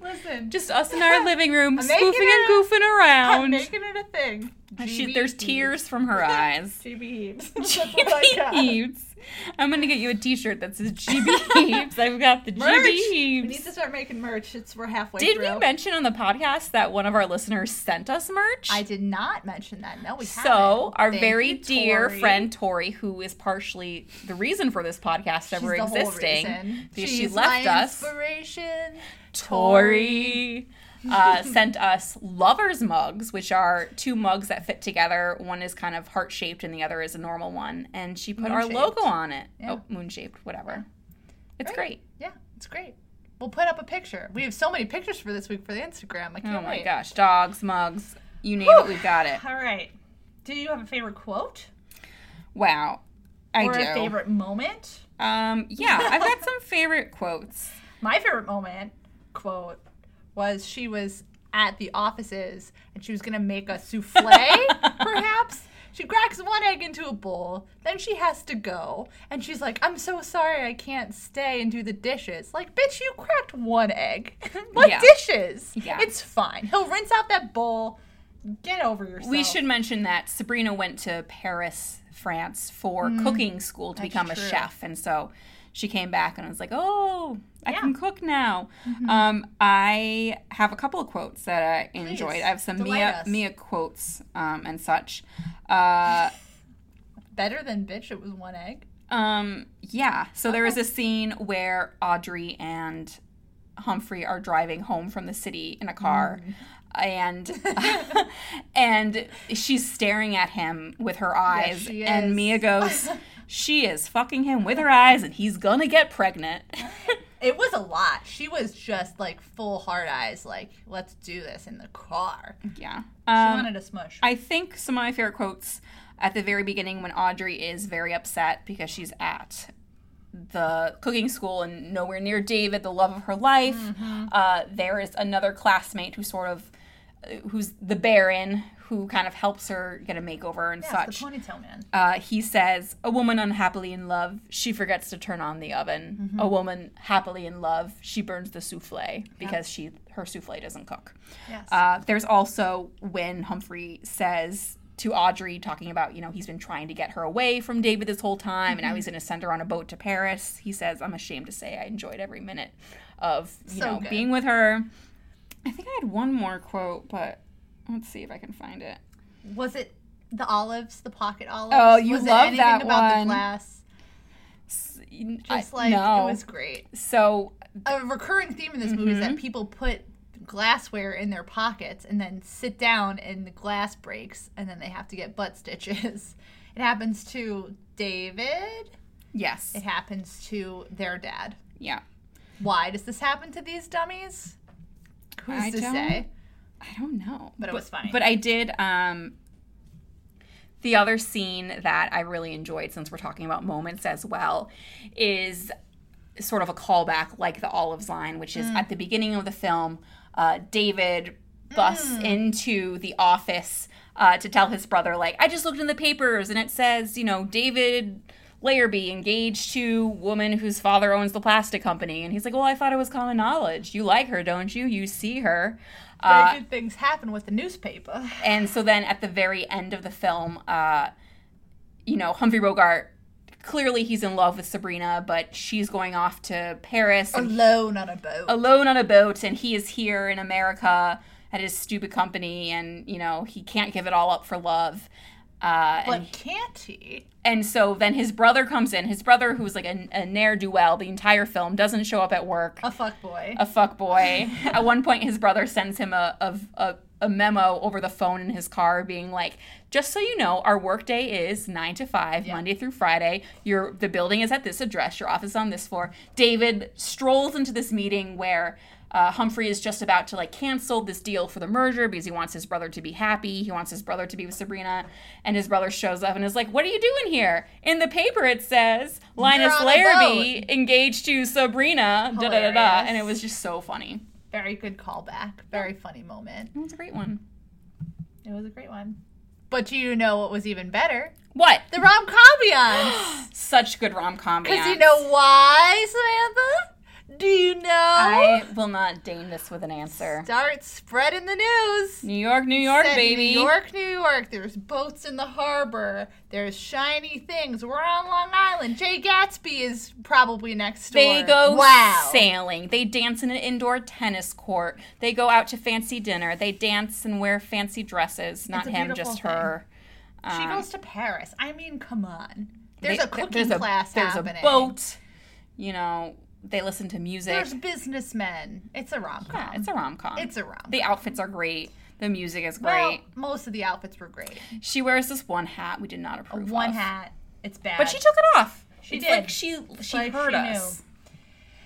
[SPEAKER 2] Listen,
[SPEAKER 1] Just us in our living room,
[SPEAKER 2] I'm making
[SPEAKER 1] spoofing and
[SPEAKER 2] it.
[SPEAKER 1] goofing
[SPEAKER 2] I'm
[SPEAKER 1] around.
[SPEAKER 2] making it a thing. E
[SPEAKER 1] She,
[SPEAKER 2] GB
[SPEAKER 1] Oh, there's
[SPEAKER 2] Heebs.
[SPEAKER 1] tears from her eyes.
[SPEAKER 2] GB Heebs.
[SPEAKER 1] GB Heaps. I'm gonna get you a T-shirt that says GB Heaps. I've got the GB
[SPEAKER 2] Merch. We need
[SPEAKER 1] Heaps.
[SPEAKER 2] to start making merch. It's we're halfway
[SPEAKER 1] E. Did
[SPEAKER 2] through.
[SPEAKER 1] we mention on the podcast that one of our listeners sent us merch?
[SPEAKER 2] I did not mention that. No, we haven't.
[SPEAKER 1] So, our
[SPEAKER 2] Thank
[SPEAKER 1] very
[SPEAKER 2] you,
[SPEAKER 1] dear
[SPEAKER 2] Tori.
[SPEAKER 1] friend Tori, who is partially the reason for this podcast
[SPEAKER 2] She's
[SPEAKER 1] ever
[SPEAKER 2] the whole
[SPEAKER 1] existing,
[SPEAKER 2] reason.
[SPEAKER 1] because
[SPEAKER 2] She's
[SPEAKER 1] she left
[SPEAKER 2] my
[SPEAKER 1] us,
[SPEAKER 2] Inspiration.
[SPEAKER 1] Tori, uh, sent us lovers mugs, which are two mugs that fit together. One is kind of heart shaped, and the other is a normal one. And she put our
[SPEAKER 2] Moon-shaped.
[SPEAKER 1] logo on it.
[SPEAKER 2] Yeah.
[SPEAKER 1] Oh, moon shaped, whatever. It's
[SPEAKER 2] Great.
[SPEAKER 1] great.
[SPEAKER 2] Yeah, it's great. We'll put up a picture. We have so many pictures for this week for the Instagram. I can't
[SPEAKER 1] Oh my
[SPEAKER 2] wait.
[SPEAKER 1] gosh, dogs, mugs, you name it, we've got it.
[SPEAKER 2] All right. Do you have a favorite quote
[SPEAKER 1] Wow, I
[SPEAKER 2] or
[SPEAKER 1] do.
[SPEAKER 2] a favorite moment?
[SPEAKER 1] Um, yeah, I've got some favorite quotes.
[SPEAKER 2] My favorite moment quote was she was at the offices and she was gonna make a souffle, perhaps. She cracks one egg into a bowl, then she has to go, and she's like, I'm so sorry I can't stay and do the dishes. Like, bitch, you cracked one egg. what
[SPEAKER 1] Yeah.
[SPEAKER 2] dishes?
[SPEAKER 1] Yeah.
[SPEAKER 2] It's fine. He'll rinse out that bowl. Get over yourself.
[SPEAKER 1] We should mention that Sabrina went to Paris, France for cooking school to become a
[SPEAKER 2] Mm. true.
[SPEAKER 1] chef. And so she came back and was like, oh, I
[SPEAKER 2] Yeah. Mm-hmm.
[SPEAKER 1] can cook now. Um, I have a couple of quotes that I enjoyed. I have some
[SPEAKER 2] delight
[SPEAKER 1] Mia,
[SPEAKER 2] us.
[SPEAKER 1] Mia quotes um, and such. Uh,
[SPEAKER 2] Better than bitch, it was one egg.
[SPEAKER 1] Um, yeah. So there was a scene where Audrey and Humphrey are driving home from the city in a car.
[SPEAKER 2] Mm.
[SPEAKER 1] And and she's staring at him with her eyes
[SPEAKER 2] she is.
[SPEAKER 1] and Mia goes, "She is fucking him with her eyes and he's gonna get pregnant."
[SPEAKER 2] It was a lot. She was just like full hard eyes, like, let's do this in the car. She
[SPEAKER 1] yeah. Um,
[SPEAKER 2] wanted a smush.
[SPEAKER 1] I think some of my favorite quotes at the very beginning when Audrey is very upset because she's at the cooking school and nowhere near David, the love of her life. Uh, there is another classmate who sort of, who's the Baron, who kind of helps her get a makeover and
[SPEAKER 2] That's
[SPEAKER 1] such.
[SPEAKER 2] the ponytail man.
[SPEAKER 1] Uh, he says, "A woman unhappily in love, she forgets to turn on the oven. A woman happily in love, she burns the souffle because she her souffle doesn't cook."
[SPEAKER 2] Yes.
[SPEAKER 1] Uh, there's also when Humphrey says to Audrey, talking about, you know, he's been trying to get her away from David this whole time, and now he's going
[SPEAKER 2] Mm-hmm.
[SPEAKER 1] to send her on a boat to Paris. He says, I'm ashamed to say I enjoyed every minute of, you
[SPEAKER 2] So
[SPEAKER 1] know,
[SPEAKER 2] good.
[SPEAKER 1] being with her. I think I had one more quote, but let's see if I can find it.
[SPEAKER 2] was it the olives, the pocket olives?
[SPEAKER 1] Oh, you
[SPEAKER 2] was it
[SPEAKER 1] love
[SPEAKER 2] anything
[SPEAKER 1] that
[SPEAKER 2] about
[SPEAKER 1] one.
[SPEAKER 2] the glass?
[SPEAKER 1] I-
[SPEAKER 2] Just like
[SPEAKER 1] no.
[SPEAKER 2] it was great.
[SPEAKER 1] so,
[SPEAKER 2] A recurring theme in this movie is
[SPEAKER 1] Mm-hmm.
[SPEAKER 2] that people put glassware in their pockets and then sit down and the glass breaks and then they have to get butt stitches. It happens to David.
[SPEAKER 1] yes.
[SPEAKER 2] It happens to their dad.
[SPEAKER 1] Yeah.
[SPEAKER 2] Why does this happen to these dummies? Who's
[SPEAKER 1] I
[SPEAKER 2] to
[SPEAKER 1] don't-
[SPEAKER 2] say?
[SPEAKER 1] I don't know.
[SPEAKER 2] But it was funny.
[SPEAKER 1] But I did um the other scene that I really enjoyed since we're talking about moments as well is sort of a callback like the olives line which is at the beginning of the film uh, David busts into the office uh, to tell his brother like I just looked in the papers and it says you know David Larrabee engaged to woman whose father owns the plastic company and he's like well I thought it was common knowledge you like her don't you you see her
[SPEAKER 2] Very
[SPEAKER 1] uh,
[SPEAKER 2] good things happen with the newspaper.
[SPEAKER 1] and so then at the very end of the film, uh, you know, Humphrey Bogart clearly he's in love with Sabrina, but she's going off to Paris
[SPEAKER 2] Oh,
[SPEAKER 1] and
[SPEAKER 2] Alone on a boat.
[SPEAKER 1] alone on a boat, and he is here in America at his stupid company, and you know he can't give it all up for love. Uh, and
[SPEAKER 2] but can't he?
[SPEAKER 1] and so then his brother comes in. His brother, who's like a, a ne'er do well the entire film, doesn't show up at work
[SPEAKER 2] A fuck boy.
[SPEAKER 1] a fuck boy. At one point, his brother sends him a, a, a, a memo over the phone in his car, being like, "Just so you know, our workday is nine to five, Monday through Friday. Your the building is at this address. Your office on this floor." David strolls into this meeting where. Uh, Humphrey is just about to like cancel this deal for the merger because he wants his brother to be happy. He wants his brother to be with Sabrina, and his brother shows up and is like, "What are you doing here?" In the paper, it says Linus
[SPEAKER 2] on a
[SPEAKER 1] Larrabee engaged to Sabrina. Da da da da,
[SPEAKER 2] Hilarious.
[SPEAKER 1] and it was just so funny.
[SPEAKER 2] Very good callback. Very funny moment.
[SPEAKER 1] It was a great one.
[SPEAKER 2] It was a great one. But do you know what was even better?
[SPEAKER 1] What?
[SPEAKER 2] The rom comions.
[SPEAKER 1] Such good rom com.
[SPEAKER 2] Because you know why, Samantha? Do you know?
[SPEAKER 1] I will not deign this with an answer.
[SPEAKER 2] Start spreading the news.
[SPEAKER 1] New York, New York,
[SPEAKER 2] Said
[SPEAKER 1] baby.
[SPEAKER 2] New York, New York. There's boats in the harbor. There's shiny things. We're on Long Island. Jay Gatsby is probably next door.
[SPEAKER 1] They go
[SPEAKER 2] wow.
[SPEAKER 1] sailing. They dance in an indoor tennis court. They go out to fancy dinner. They dance and wear fancy dresses. Not
[SPEAKER 2] a
[SPEAKER 1] him,
[SPEAKER 2] beautiful
[SPEAKER 1] just her.
[SPEAKER 2] She
[SPEAKER 1] Um,
[SPEAKER 2] goes to Paris. I mean, come on. There's
[SPEAKER 1] they-
[SPEAKER 2] a cooking
[SPEAKER 1] there's
[SPEAKER 2] class
[SPEAKER 1] There's a
[SPEAKER 2] happening.
[SPEAKER 1] boat. You know, they listen to music.
[SPEAKER 2] There's businessmen. It's a rom com.
[SPEAKER 1] yeah, it's a rom com.
[SPEAKER 2] It's a rom.
[SPEAKER 1] The outfits are great. The music is
[SPEAKER 2] Well,
[SPEAKER 1] great.
[SPEAKER 2] most of the outfits were great.
[SPEAKER 1] she wears this one hat we did not approve
[SPEAKER 2] One
[SPEAKER 1] of.
[SPEAKER 2] hat. It's bad.
[SPEAKER 1] But she took it off.
[SPEAKER 2] She
[SPEAKER 1] it's
[SPEAKER 2] did.
[SPEAKER 1] like she she
[SPEAKER 2] Like,
[SPEAKER 1] heard
[SPEAKER 2] she
[SPEAKER 1] us.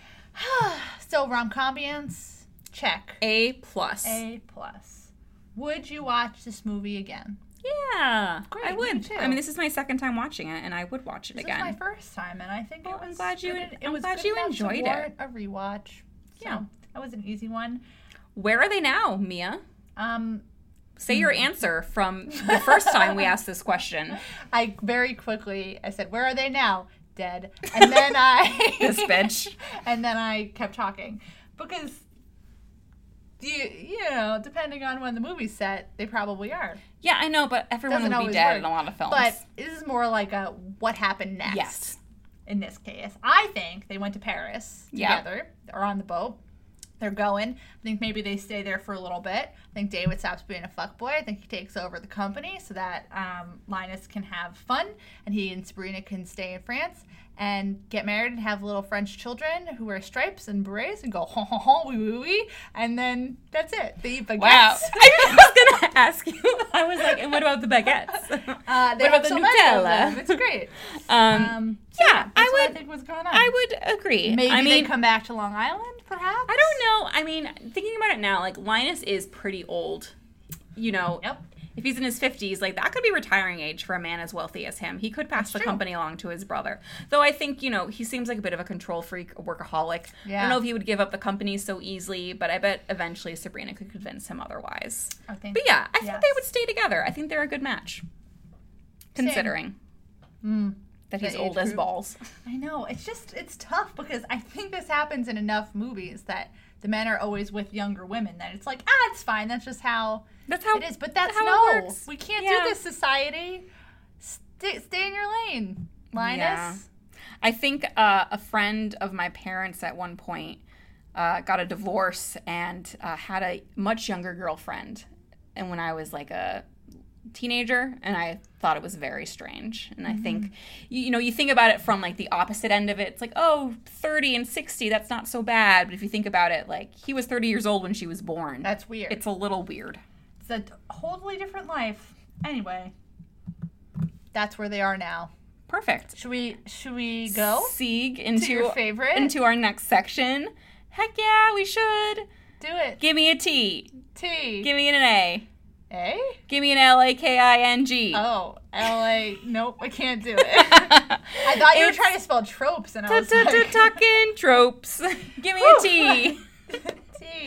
[SPEAKER 2] so rom comians check.
[SPEAKER 1] A plus.
[SPEAKER 2] A plus. Would you watch this movie again?
[SPEAKER 1] Yeah.
[SPEAKER 2] Great,
[SPEAKER 1] I
[SPEAKER 2] me
[SPEAKER 1] would.
[SPEAKER 2] too.
[SPEAKER 1] I mean, this is my second time watching it and I would watch it
[SPEAKER 2] This
[SPEAKER 1] again.
[SPEAKER 2] is my first time, and I think
[SPEAKER 1] Well,
[SPEAKER 2] it
[SPEAKER 1] I'm
[SPEAKER 2] was.
[SPEAKER 1] glad you-
[SPEAKER 2] good en-
[SPEAKER 1] I'm
[SPEAKER 2] was
[SPEAKER 1] glad
[SPEAKER 2] good
[SPEAKER 1] you
[SPEAKER 2] enough to
[SPEAKER 1] enjoyed it.
[SPEAKER 2] warrant A rewatch. So,
[SPEAKER 1] Yeah.
[SPEAKER 2] that was an easy one.
[SPEAKER 1] Where are they now, Mia?
[SPEAKER 2] Um,
[SPEAKER 1] Say your answer from the first time we asked this question.
[SPEAKER 2] I very quickly I said, "Where are they now?" Dead. And then I
[SPEAKER 1] This bitch.
[SPEAKER 2] and then I kept talking because you you know depending on when the movie's set, they probably are.
[SPEAKER 1] Yeah, I know, but everyone
[SPEAKER 2] Doesn't
[SPEAKER 1] would be
[SPEAKER 2] always
[SPEAKER 1] dead
[SPEAKER 2] work.
[SPEAKER 1] in a lot of films.
[SPEAKER 2] But this is more like a what happened next.
[SPEAKER 1] yes,
[SPEAKER 2] in this case. I think they went to Paris
[SPEAKER 1] Yeah.
[SPEAKER 2] together or on the boat. They're going. I think maybe they stay there for a little bit. I think David stops being a fuckboy. I think he takes over the company so that um, Linus can have fun and he and Sabrina can stay in France and get married and have little French children who wear stripes and berets and go ho ho ho wee wee wee. And then that's it. They eat baguettes.
[SPEAKER 1] wow. I was gonna ask you. I was like, and what about the baguettes?
[SPEAKER 2] Uh, they
[SPEAKER 1] What
[SPEAKER 2] have
[SPEAKER 1] about the
[SPEAKER 2] so many of
[SPEAKER 1] Nutella?
[SPEAKER 2] them. It's great.
[SPEAKER 1] um,
[SPEAKER 2] Um,
[SPEAKER 1] yeah,
[SPEAKER 2] that's
[SPEAKER 1] I
[SPEAKER 2] what I
[SPEAKER 1] would.
[SPEAKER 2] think was going on.
[SPEAKER 1] I would agree.
[SPEAKER 2] Maybe
[SPEAKER 1] I
[SPEAKER 2] they
[SPEAKER 1] mean,
[SPEAKER 2] come back to Long Island, perhaps.
[SPEAKER 1] I don't know. I mean, thinking about it now, like Linus is pretty old. You know,
[SPEAKER 2] Yep.
[SPEAKER 1] if he's in his 50s, like that could be retiring age for a man as wealthy as him. He could pass the
[SPEAKER 2] true.
[SPEAKER 1] company along to his brother. Though I think, you know, he seems like a bit of a control freak, a workaholic. I
[SPEAKER 2] Yeah.
[SPEAKER 1] don't know if he would give up the company so easily, but I bet eventually Sabrina could convince him otherwise.
[SPEAKER 2] I think.
[SPEAKER 1] But yeah, I think they
[SPEAKER 2] Yes.
[SPEAKER 1] would stay together. I think they're a good match.
[SPEAKER 2] Same.
[SPEAKER 1] Considering
[SPEAKER 2] Mm.
[SPEAKER 1] that he's
[SPEAKER 2] The
[SPEAKER 1] old
[SPEAKER 2] age
[SPEAKER 1] as
[SPEAKER 2] group.
[SPEAKER 1] balls.
[SPEAKER 2] I know. It's just it's tough because I think this happens in enough movies that the men are always with younger women that it's like ah it's fine that's just how
[SPEAKER 1] That's how
[SPEAKER 2] it is. But that's
[SPEAKER 1] how
[SPEAKER 2] no
[SPEAKER 1] it works.
[SPEAKER 2] we can't
[SPEAKER 1] Yeah.
[SPEAKER 2] do this society. Stay, stay in your lane, Linus.
[SPEAKER 1] Yeah. I think uh, a friend of my parents at one point uh, got a divorce and uh, had a much younger girlfriend. And when I was like a teenager, and I thought it was very strange. And I think,
[SPEAKER 2] Mm-hmm.
[SPEAKER 1] you, you know, you think about it from like the opposite end of it. It's like, oh, 30 and 60, that's not so bad. But if you think about it, like he was 30 years old when she was born.
[SPEAKER 2] That's weird.
[SPEAKER 1] it's a little weird.
[SPEAKER 2] it's a totally different life. Anyway, that's where they are now.
[SPEAKER 1] Perfect.
[SPEAKER 2] Should we should we go
[SPEAKER 1] Sieg
[SPEAKER 2] to your
[SPEAKER 1] into
[SPEAKER 2] favorite?
[SPEAKER 1] into our next section. Heck yeah, we should.
[SPEAKER 2] do it.
[SPEAKER 1] Give me a T.
[SPEAKER 2] T.
[SPEAKER 1] Give me an A.
[SPEAKER 2] A.
[SPEAKER 1] Give me an L A K I N G.
[SPEAKER 2] Oh, LA. nope, I can't do it. I thought you were
[SPEAKER 1] It's-
[SPEAKER 2] trying to spell tropes, and I was like,
[SPEAKER 1] Tucking tropes. Give me a
[SPEAKER 2] Whew.
[SPEAKER 1] T.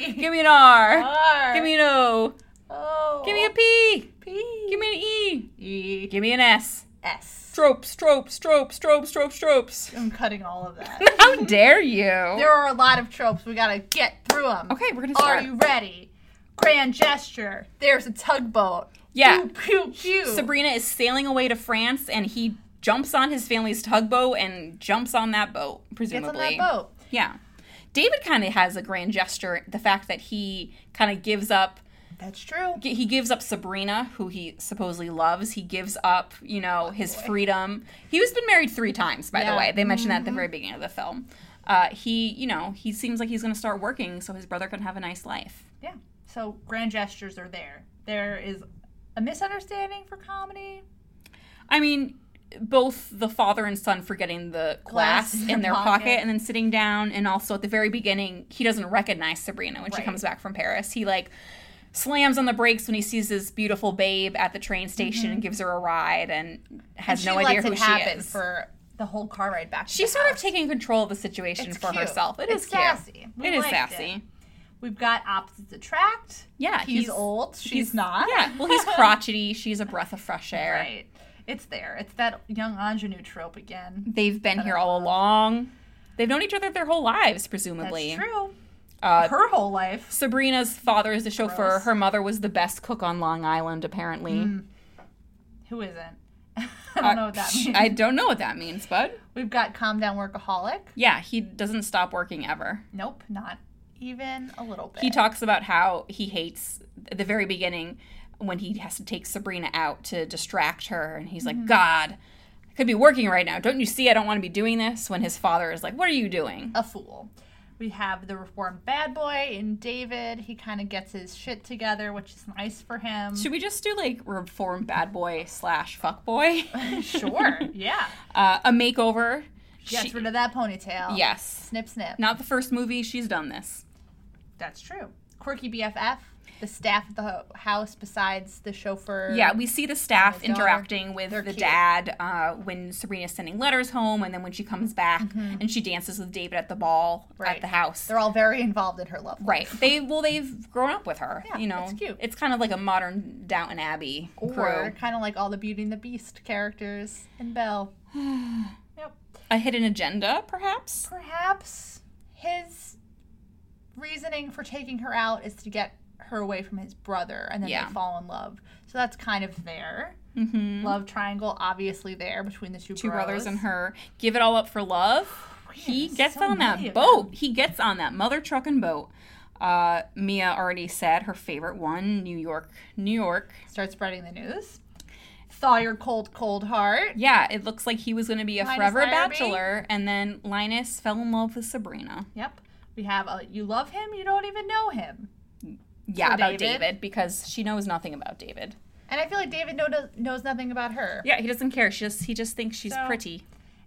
[SPEAKER 2] T.
[SPEAKER 1] Give me an R.
[SPEAKER 2] R.
[SPEAKER 1] Give me an O.
[SPEAKER 2] oh,
[SPEAKER 1] Give me a P.
[SPEAKER 2] P.
[SPEAKER 1] Give me an E.
[SPEAKER 2] E.
[SPEAKER 1] Give me an S.
[SPEAKER 2] S.
[SPEAKER 1] Tropes, tropes, tropes, tropes, tropes, tropes.
[SPEAKER 2] I'm cutting all of that.
[SPEAKER 1] How dare you?
[SPEAKER 2] there are a lot of tropes. We gotta get through them.
[SPEAKER 1] Okay, we're gonna
[SPEAKER 2] Are
[SPEAKER 1] start.
[SPEAKER 2] you ready? Grand gesture. There's a tugboat.
[SPEAKER 1] Yeah.
[SPEAKER 2] Pew pew pew.
[SPEAKER 1] Sabrina is sailing away to France and he jumps on his family's tugboat and jumps on that boat,
[SPEAKER 2] Gets on
[SPEAKER 1] presumably.
[SPEAKER 2] that boat.
[SPEAKER 1] Yeah. David kind of has a grand gesture. The fact that he kind of gives up
[SPEAKER 2] That's true.
[SPEAKER 1] g- he gives up Sabrina, who he supposedly loves. He gives up, you know, his freedom. He was been married three times, by the
[SPEAKER 2] Yeah.
[SPEAKER 1] way. They mentioned that at the very beginning of the film. Uh, he, you know, he seems like he's going to start working so his brother can have a nice life.
[SPEAKER 2] Yeah. So grand gestures are there. There is a misunderstanding for comedy.
[SPEAKER 1] I mean, both the father and son forgetting the glass, in, their pocket. and then sitting down and also at the very beginning he doesn't recognize Sabrina when she
[SPEAKER 2] Right.
[SPEAKER 1] comes back from Paris. He like slams on the brakes when he sees this beautiful babe at the train station and gives her a ride and has
[SPEAKER 2] Mm-hmm. she
[SPEAKER 1] no
[SPEAKER 2] lets
[SPEAKER 1] idea who
[SPEAKER 2] it happen
[SPEAKER 1] she is.
[SPEAKER 2] for the whole car ride back. to
[SPEAKER 1] She's
[SPEAKER 2] the
[SPEAKER 1] sort of
[SPEAKER 2] house.
[SPEAKER 1] taking control of the situation
[SPEAKER 2] It's
[SPEAKER 1] for
[SPEAKER 2] cute.
[SPEAKER 1] herself. It
[SPEAKER 2] It's
[SPEAKER 1] is cute.
[SPEAKER 2] sassy. We
[SPEAKER 1] It is
[SPEAKER 2] liked
[SPEAKER 1] sassy.
[SPEAKER 2] it. We've got opposites attract.
[SPEAKER 1] Yeah,
[SPEAKER 2] he's,
[SPEAKER 1] he's-
[SPEAKER 2] old. She's not.
[SPEAKER 1] Yeah. Well, he's crotchety. She's a breath of fresh air.
[SPEAKER 2] right. It's there. It's that young ingenue trope again.
[SPEAKER 1] They've been here all along. They've known each other their whole lives, presumably.
[SPEAKER 2] That's true.
[SPEAKER 1] Uh,
[SPEAKER 2] Her whole life.
[SPEAKER 1] Sabrina's father is the chauffeur.
[SPEAKER 2] Gross.
[SPEAKER 1] Her mother was the best cook on Long Island, apparently.
[SPEAKER 2] Who isn't? I don't know what that means.
[SPEAKER 1] uh, I don't know what that means, bud.
[SPEAKER 2] We've got calm down workaholic.
[SPEAKER 1] Yeah, he doesn't stop working ever.
[SPEAKER 2] Nope, not even a little bit.
[SPEAKER 1] He talks about how he hates at the very beginning when he has to take Sabrina out to distract her, and he's
[SPEAKER 2] Mm-hmm.
[SPEAKER 1] like, God, I could be working right now. Don't you see? I don't want to be doing this. When his father is like, What are you doing?
[SPEAKER 2] a fool. We have the reformed bad boy in David. He kind of gets his shit together, which is nice for him.
[SPEAKER 1] Should we just do like reform bad boy slash fuck boy?
[SPEAKER 2] sure, yeah.
[SPEAKER 1] uh, a makeover.
[SPEAKER 2] Gets
[SPEAKER 1] She-
[SPEAKER 2] rid of that ponytail.
[SPEAKER 1] yes.
[SPEAKER 2] Snip, snip.
[SPEAKER 1] Not the first movie she's done this.
[SPEAKER 2] That's true. Quirky BFF. The staff at the ho- house, besides the chauffeur.
[SPEAKER 1] Yeah, we see the staff
[SPEAKER 2] daughter.
[SPEAKER 1] interacting with the
[SPEAKER 2] cute.
[SPEAKER 1] dad uh, when Serena's sending letters home, and then when she comes back and she dances with David at the ball
[SPEAKER 2] Mm-hmm. Right.
[SPEAKER 1] at the house.
[SPEAKER 2] They're all very involved in her love. life.
[SPEAKER 1] right. They well, they've grown up with her.
[SPEAKER 2] Yeah,
[SPEAKER 1] you know,
[SPEAKER 2] it's cute.
[SPEAKER 1] It's kind of like a modern Downton Abbey
[SPEAKER 2] Or
[SPEAKER 1] crew.
[SPEAKER 2] kind of like all the Beauty and the Beast characters and Belle. yep.
[SPEAKER 1] A hidden agenda, perhaps.
[SPEAKER 2] Perhaps his reasoning for taking her out is to get her away from his brother and then
[SPEAKER 1] Yeah.
[SPEAKER 2] they fall in love. So that's kind of there.
[SPEAKER 1] Mm-hmm.
[SPEAKER 2] Love triangle, obviously there between the two,
[SPEAKER 1] Two brothers and
[SPEAKER 2] bros.
[SPEAKER 1] her give it all up for love.
[SPEAKER 2] Oh,
[SPEAKER 1] He
[SPEAKER 2] there's
[SPEAKER 1] gets
[SPEAKER 2] so
[SPEAKER 1] on
[SPEAKER 2] many
[SPEAKER 1] that
[SPEAKER 2] of
[SPEAKER 1] boat. He gets on that mother trucking boat. Uh, Mia already said her favorite one, New York, New York.
[SPEAKER 2] Start spreading the news. Thaw your cold, cold heart.
[SPEAKER 1] Yeah, it looks like he was going to be a
[SPEAKER 2] Linus
[SPEAKER 1] forever
[SPEAKER 2] Ireby?
[SPEAKER 1] bachelor, and then Linus fell in love with Sabrina.
[SPEAKER 2] Yep. We have a you love him, you don't even know him.
[SPEAKER 1] Yeah,
[SPEAKER 2] For
[SPEAKER 1] about
[SPEAKER 2] David?
[SPEAKER 1] David? because she knows nothing about David.
[SPEAKER 2] And I feel like David know, knows nothing about her.
[SPEAKER 1] Yeah, he doesn't care. She just he just thinks she's
[SPEAKER 2] So-
[SPEAKER 1] pretty.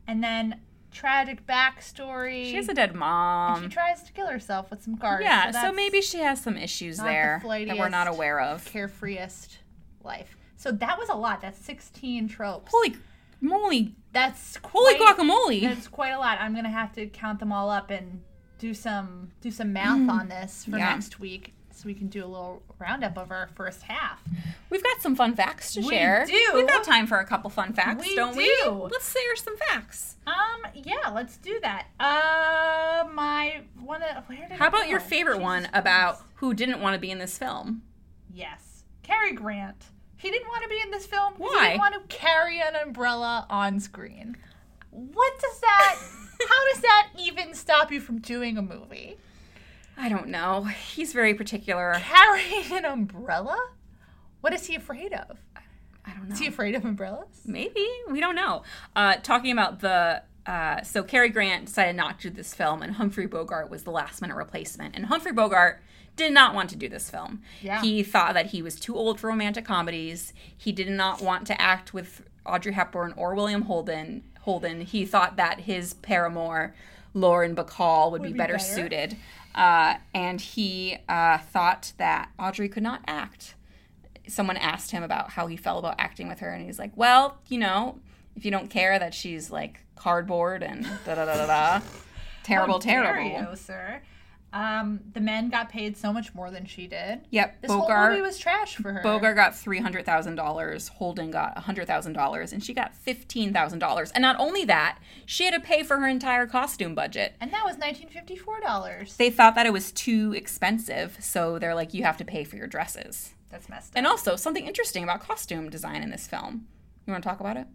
[SPEAKER 2] And then tragic backstory.
[SPEAKER 1] She has a dead
[SPEAKER 2] she
[SPEAKER 1] mom.
[SPEAKER 2] tries to kill herself with some cards.
[SPEAKER 1] Yeah, so,
[SPEAKER 2] that's-
[SPEAKER 1] maybe she has some issues
[SPEAKER 2] not the
[SPEAKER 1] there that we're not
[SPEAKER 2] flightiest.
[SPEAKER 1] aware of.
[SPEAKER 2] carefreest life. So that was a lot. That's 16 tropes.
[SPEAKER 1] Holy moly!
[SPEAKER 2] that's
[SPEAKER 1] Holy
[SPEAKER 2] quite,
[SPEAKER 1] guacamole!
[SPEAKER 2] That's quite a lot. I'm gonna have to count them all up and do some do some math on this for
[SPEAKER 1] Mm. Yeah.
[SPEAKER 2] next week, so we can do a little roundup of our first half.
[SPEAKER 1] We've got some fun facts to
[SPEAKER 2] We
[SPEAKER 1] share.
[SPEAKER 2] do.
[SPEAKER 1] We've got time for a couple fun facts,
[SPEAKER 2] We
[SPEAKER 1] don't
[SPEAKER 2] do.
[SPEAKER 1] we? Let's share some facts.
[SPEAKER 2] Um, yeah, let's do that. Uh, my one. of- Where did
[SPEAKER 1] How
[SPEAKER 2] it
[SPEAKER 1] about your
[SPEAKER 2] go?
[SPEAKER 1] favorite
[SPEAKER 2] Oh, Jesus
[SPEAKER 1] one
[SPEAKER 2] Christ.
[SPEAKER 1] about who didn't want to be in this film?
[SPEAKER 2] Yes, Cary Grant. He didn't want to be in this film. 'cause He
[SPEAKER 1] Why?
[SPEAKER 2] didn't want to carry an umbrella on screen. What does that? how does that even stop you from doing a movie?
[SPEAKER 1] I don't know. He's very particular.
[SPEAKER 2] Carrying an umbrella? What is he afraid of?
[SPEAKER 1] I don't
[SPEAKER 2] Is he
[SPEAKER 1] know.
[SPEAKER 2] afraid of umbrellas?
[SPEAKER 1] Maybe we don't know. Uh, talking about the uh, so Cary Grant decided not to do this film, and Humphrey Bogart was the last minute replacement. And Humphrey Bogart did not want to do this film.
[SPEAKER 2] Yeah.
[SPEAKER 1] He thought that he was too old for romantic comedies. He did not want to act with Audrey Hepburn or William Holden. Holden. He thought that his paramour Lauren Bacall would, be,
[SPEAKER 2] be
[SPEAKER 1] better,
[SPEAKER 2] better.
[SPEAKER 1] suited, uh, and he uh, thought that Audrey could not act someone asked him about how he felt about acting with her, and he's like, "Well, you know, if you don't care that she's like cardboard and da da da da da, terrible,
[SPEAKER 2] How dare
[SPEAKER 1] terrible."
[SPEAKER 2] you, sir. Um, the men got paid so much more than she did.
[SPEAKER 1] Yep,
[SPEAKER 2] This whole
[SPEAKER 1] Bogart.
[SPEAKER 2] movie was trash for her.
[SPEAKER 1] Bogart got three hundred thousand dollars. Holden got hundred thousand dollars, and she got fifteen thousand dollars. And not only that, she had to pay for her entire costume budget.
[SPEAKER 2] And that was 1954 dollars.
[SPEAKER 1] They thought that it was too expensive, so they're like, "You have to pay for your dresses."
[SPEAKER 2] That's messed up.
[SPEAKER 1] And also something interesting about costume design in this film. You want to talk about it,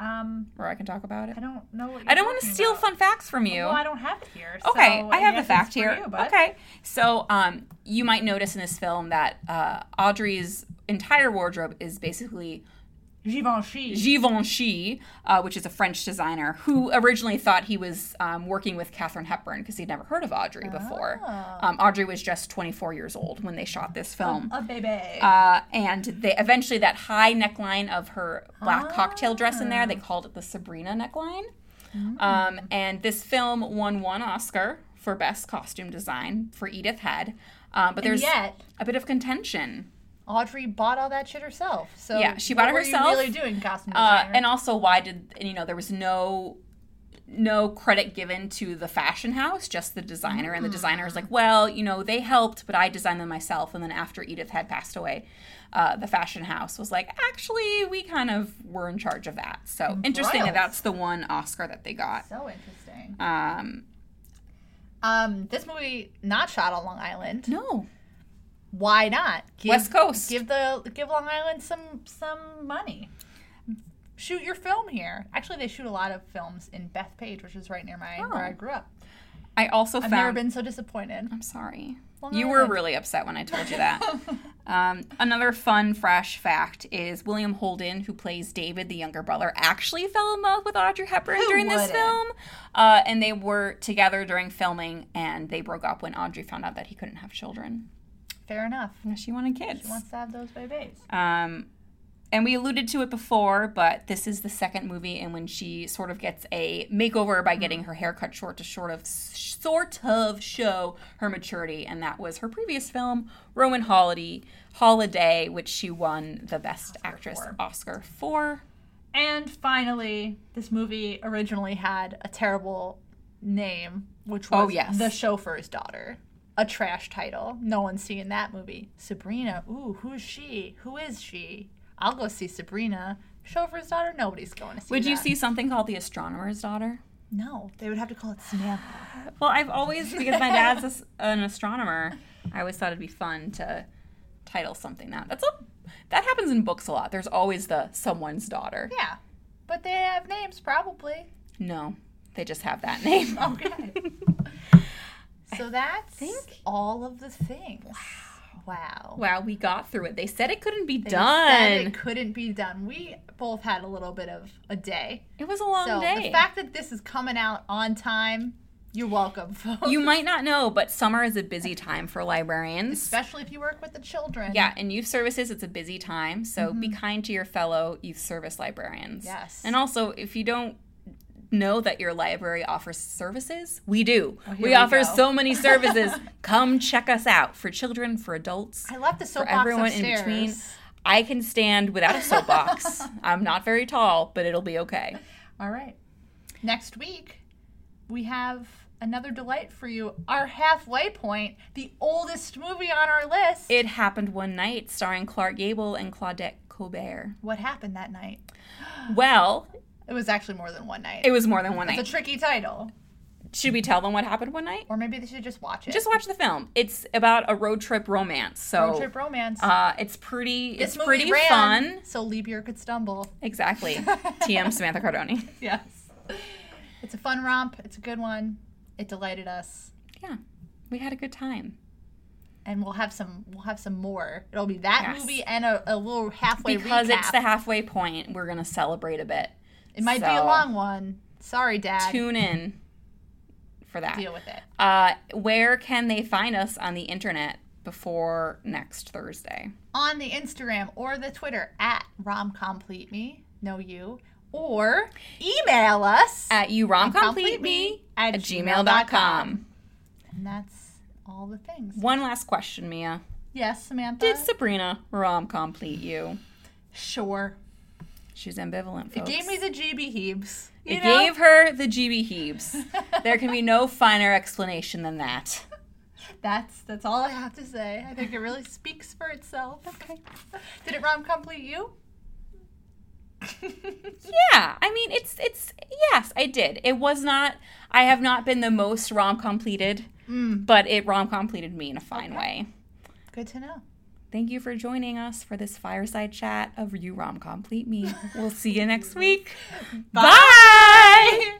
[SPEAKER 2] Um,
[SPEAKER 1] or I can talk about it.
[SPEAKER 2] I don't know. What you're
[SPEAKER 1] I don't want to
[SPEAKER 2] talking
[SPEAKER 1] steal
[SPEAKER 2] about.
[SPEAKER 1] fun facts from you.
[SPEAKER 2] Well, I don't have it here.
[SPEAKER 1] Okay,
[SPEAKER 2] so
[SPEAKER 1] I have the
[SPEAKER 2] guess
[SPEAKER 1] fact
[SPEAKER 2] it's for
[SPEAKER 1] here.
[SPEAKER 2] you, bud.
[SPEAKER 1] okay, so um, you might notice in this film that uh, Audrey's entire wardrobe is basically
[SPEAKER 2] Givenchy.
[SPEAKER 1] Givenchy, uh, which is a French designer who originally thought he was um, working with Katharine Hepburn because he'd never heard of Audrey before.
[SPEAKER 2] Ah.
[SPEAKER 1] Um, Audrey was just 24 years old when they shot this film.
[SPEAKER 2] a Oh, baby.
[SPEAKER 1] Uh, and they eventually that high neckline of her black cocktail dress in there,
[SPEAKER 2] Ah.
[SPEAKER 1] they called it the Sabrina neckline.
[SPEAKER 2] Mm.
[SPEAKER 1] Um, and this film won one Oscar for best costume design for Edith Head. Um, but
[SPEAKER 2] and
[SPEAKER 1] there's
[SPEAKER 2] yet,
[SPEAKER 1] a bit of contention.
[SPEAKER 2] Audrey bought all that shit herself. So
[SPEAKER 1] Yeah, she
[SPEAKER 2] what
[SPEAKER 1] bought it
[SPEAKER 2] were
[SPEAKER 1] herself.
[SPEAKER 2] You really doing costume
[SPEAKER 1] Uh,
[SPEAKER 2] designer?
[SPEAKER 1] and also, why did and, you know there was no no credit given to the fashion house, just the designer. And the
[SPEAKER 2] Mm.
[SPEAKER 1] designer was like, well, you know, they helped, but I designed them myself. And then after Edith had passed away, uh, the fashion house was like, actually, we kind of were in charge of that. So interesting that
[SPEAKER 2] Wild.
[SPEAKER 1] that's the one Oscar that they got.
[SPEAKER 2] so interesting.
[SPEAKER 1] Um,
[SPEAKER 2] Um, this movie not shot on Long Island.
[SPEAKER 1] no,
[SPEAKER 2] Why not? Give,
[SPEAKER 1] West Coast.
[SPEAKER 2] Give the give Long Island some some money. Shoot your film here. Actually, they shoot a lot of films in Bethpage, which is right near my where
[SPEAKER 1] Oh.
[SPEAKER 2] I grew up.
[SPEAKER 1] I also
[SPEAKER 2] I've
[SPEAKER 1] found.
[SPEAKER 2] never been so disappointed.
[SPEAKER 1] I'm sorry.
[SPEAKER 2] Long
[SPEAKER 1] you were
[SPEAKER 2] Island.
[SPEAKER 1] really upset when I told you that. um, another fun, fresh fact is William Holden, who plays David, the younger brother, actually fell in love with Audrey Hepburn during this
[SPEAKER 2] wouldn't?
[SPEAKER 1] film. Uh, and they were together during filming, and they broke up when Audrey found out that he couldn't have children.
[SPEAKER 2] Fair enough.
[SPEAKER 1] And She wanted kids.
[SPEAKER 2] She wants to have those babies.
[SPEAKER 1] Um, and we alluded to it before, but this is the second movie in when she sort of gets a makeover by getting her hair cut short to sort of sort of show her maturity, and that was her previous film, Rowan Holiday, Holiday, which she won the Best Actress
[SPEAKER 2] for.
[SPEAKER 1] Oscar for.
[SPEAKER 2] And finally, this movie originally had a terrible name, which
[SPEAKER 1] Oh,
[SPEAKER 2] was
[SPEAKER 1] yes.
[SPEAKER 2] The Chauffeur's Daughter. A trash title. No one's seeing that movie. Sabrina. Ooh, who's she? Who is she? I'll go see Sabrina. Chauffeur's Daughter. Nobody's going to see.
[SPEAKER 1] Would you
[SPEAKER 2] that.
[SPEAKER 1] see something called The Astronomer's Daughter?
[SPEAKER 2] No, they would have to call it Samantha.
[SPEAKER 1] Well, I've always because my dad's a s an astronomer. I always thought it'd be fun to title something that. That's a that happens in books a lot. There's always the someone's daughter.
[SPEAKER 2] yeah, but they have names probably.
[SPEAKER 1] No, they just have that name.
[SPEAKER 2] Okay. so that's
[SPEAKER 1] think-
[SPEAKER 2] all of the things. Wow.
[SPEAKER 1] wow, we got through it. They said it couldn't be
[SPEAKER 2] They
[SPEAKER 1] done.
[SPEAKER 2] said
[SPEAKER 1] It,
[SPEAKER 2] it couldn't be done. We both had a little bit of a day.
[SPEAKER 1] was a long
[SPEAKER 2] so
[SPEAKER 1] day.
[SPEAKER 2] the fact that this is coming out on time, you're welcome, folks.
[SPEAKER 1] you might not know, but summer is a busy time for librarians.
[SPEAKER 2] Especially if you work with the children.
[SPEAKER 1] Yeah, in youth services, it's a busy time. So be kind to your fellow youth service librarians.
[SPEAKER 2] Yes.
[SPEAKER 1] And also, if you don't know that your library offers services, we do.
[SPEAKER 2] here
[SPEAKER 1] Oh, we
[SPEAKER 2] we
[SPEAKER 1] offer
[SPEAKER 2] go.
[SPEAKER 1] so many services. Come check us out for children, for adults.
[SPEAKER 2] I left the soapbox
[SPEAKER 1] everyone in
[SPEAKER 2] upstairs.
[SPEAKER 1] between. I can stand without a soapbox. I'm not very tall, but it'll be okay.
[SPEAKER 2] All right. Next week, we have another delight for you. Our halfway point, the oldest movie on our list.
[SPEAKER 1] It happened one night, starring Clark Gable and Claudette Colbert.
[SPEAKER 2] what happened that night?
[SPEAKER 1] Well,
[SPEAKER 2] It was actually more than one night.
[SPEAKER 1] it was more than one
[SPEAKER 2] it's
[SPEAKER 1] night.
[SPEAKER 2] a tricky title.
[SPEAKER 1] Should we tell them what happened one night?
[SPEAKER 2] Or maybe they should just watch it.
[SPEAKER 1] Just watch the film. It's about a road trip romance. So
[SPEAKER 2] Road Trip Romance.
[SPEAKER 1] Uh, it's pretty.
[SPEAKER 2] This
[SPEAKER 1] It's
[SPEAKER 2] movie
[SPEAKER 1] pretty
[SPEAKER 2] ran,
[SPEAKER 1] fun.
[SPEAKER 2] So Liebier could stumble.
[SPEAKER 1] Exactly. TM Samantha Cardoni.
[SPEAKER 2] Yes. It's a fun romp. It's a good one. It delighted us.
[SPEAKER 1] Yeah, we had a good time.
[SPEAKER 2] And we'll have some we'll have some more. It'll be that
[SPEAKER 1] Yes.
[SPEAKER 2] movie and a, a little halfway
[SPEAKER 1] Because
[SPEAKER 2] recap.
[SPEAKER 1] it's the halfway point, we're gonna celebrate a bit.
[SPEAKER 2] it might be a
[SPEAKER 1] so-
[SPEAKER 2] long one. Sorry, Dad.
[SPEAKER 1] Tune in for that.
[SPEAKER 2] Deal with it.
[SPEAKER 1] Uh, where can they find us on the internet before next Thursday?
[SPEAKER 2] On the Instagram or the Twitter at romcompleteme. No you. Or email us.
[SPEAKER 1] At you
[SPEAKER 2] Complete
[SPEAKER 1] romcompleteme
[SPEAKER 2] me
[SPEAKER 1] at
[SPEAKER 2] at
[SPEAKER 1] gmail.com.
[SPEAKER 2] and that's all the things.
[SPEAKER 1] One last question, Mia.
[SPEAKER 2] Yes, Samantha.
[SPEAKER 1] Did Sabrina rom complete you?
[SPEAKER 2] sure.
[SPEAKER 1] She's ambivalent.
[SPEAKER 2] It
[SPEAKER 1] Folks.
[SPEAKER 2] gave me the GB heaves. you
[SPEAKER 1] It
[SPEAKER 2] know?
[SPEAKER 1] gave her the GB heaves. there can be no finer explanation than that.
[SPEAKER 2] That's that's all I have to say. I think it really speaks for itself. Okay. Did it rom complete you?
[SPEAKER 1] Yeah, I mean, it's it's yes, I did. It was not. I have not been the most rom completed, but it rom completed me in a fine way.
[SPEAKER 2] Hmm. Good to know.
[SPEAKER 1] Thank you for joining us for this fireside chat of you rom complete me. We'll see you next week. Bye.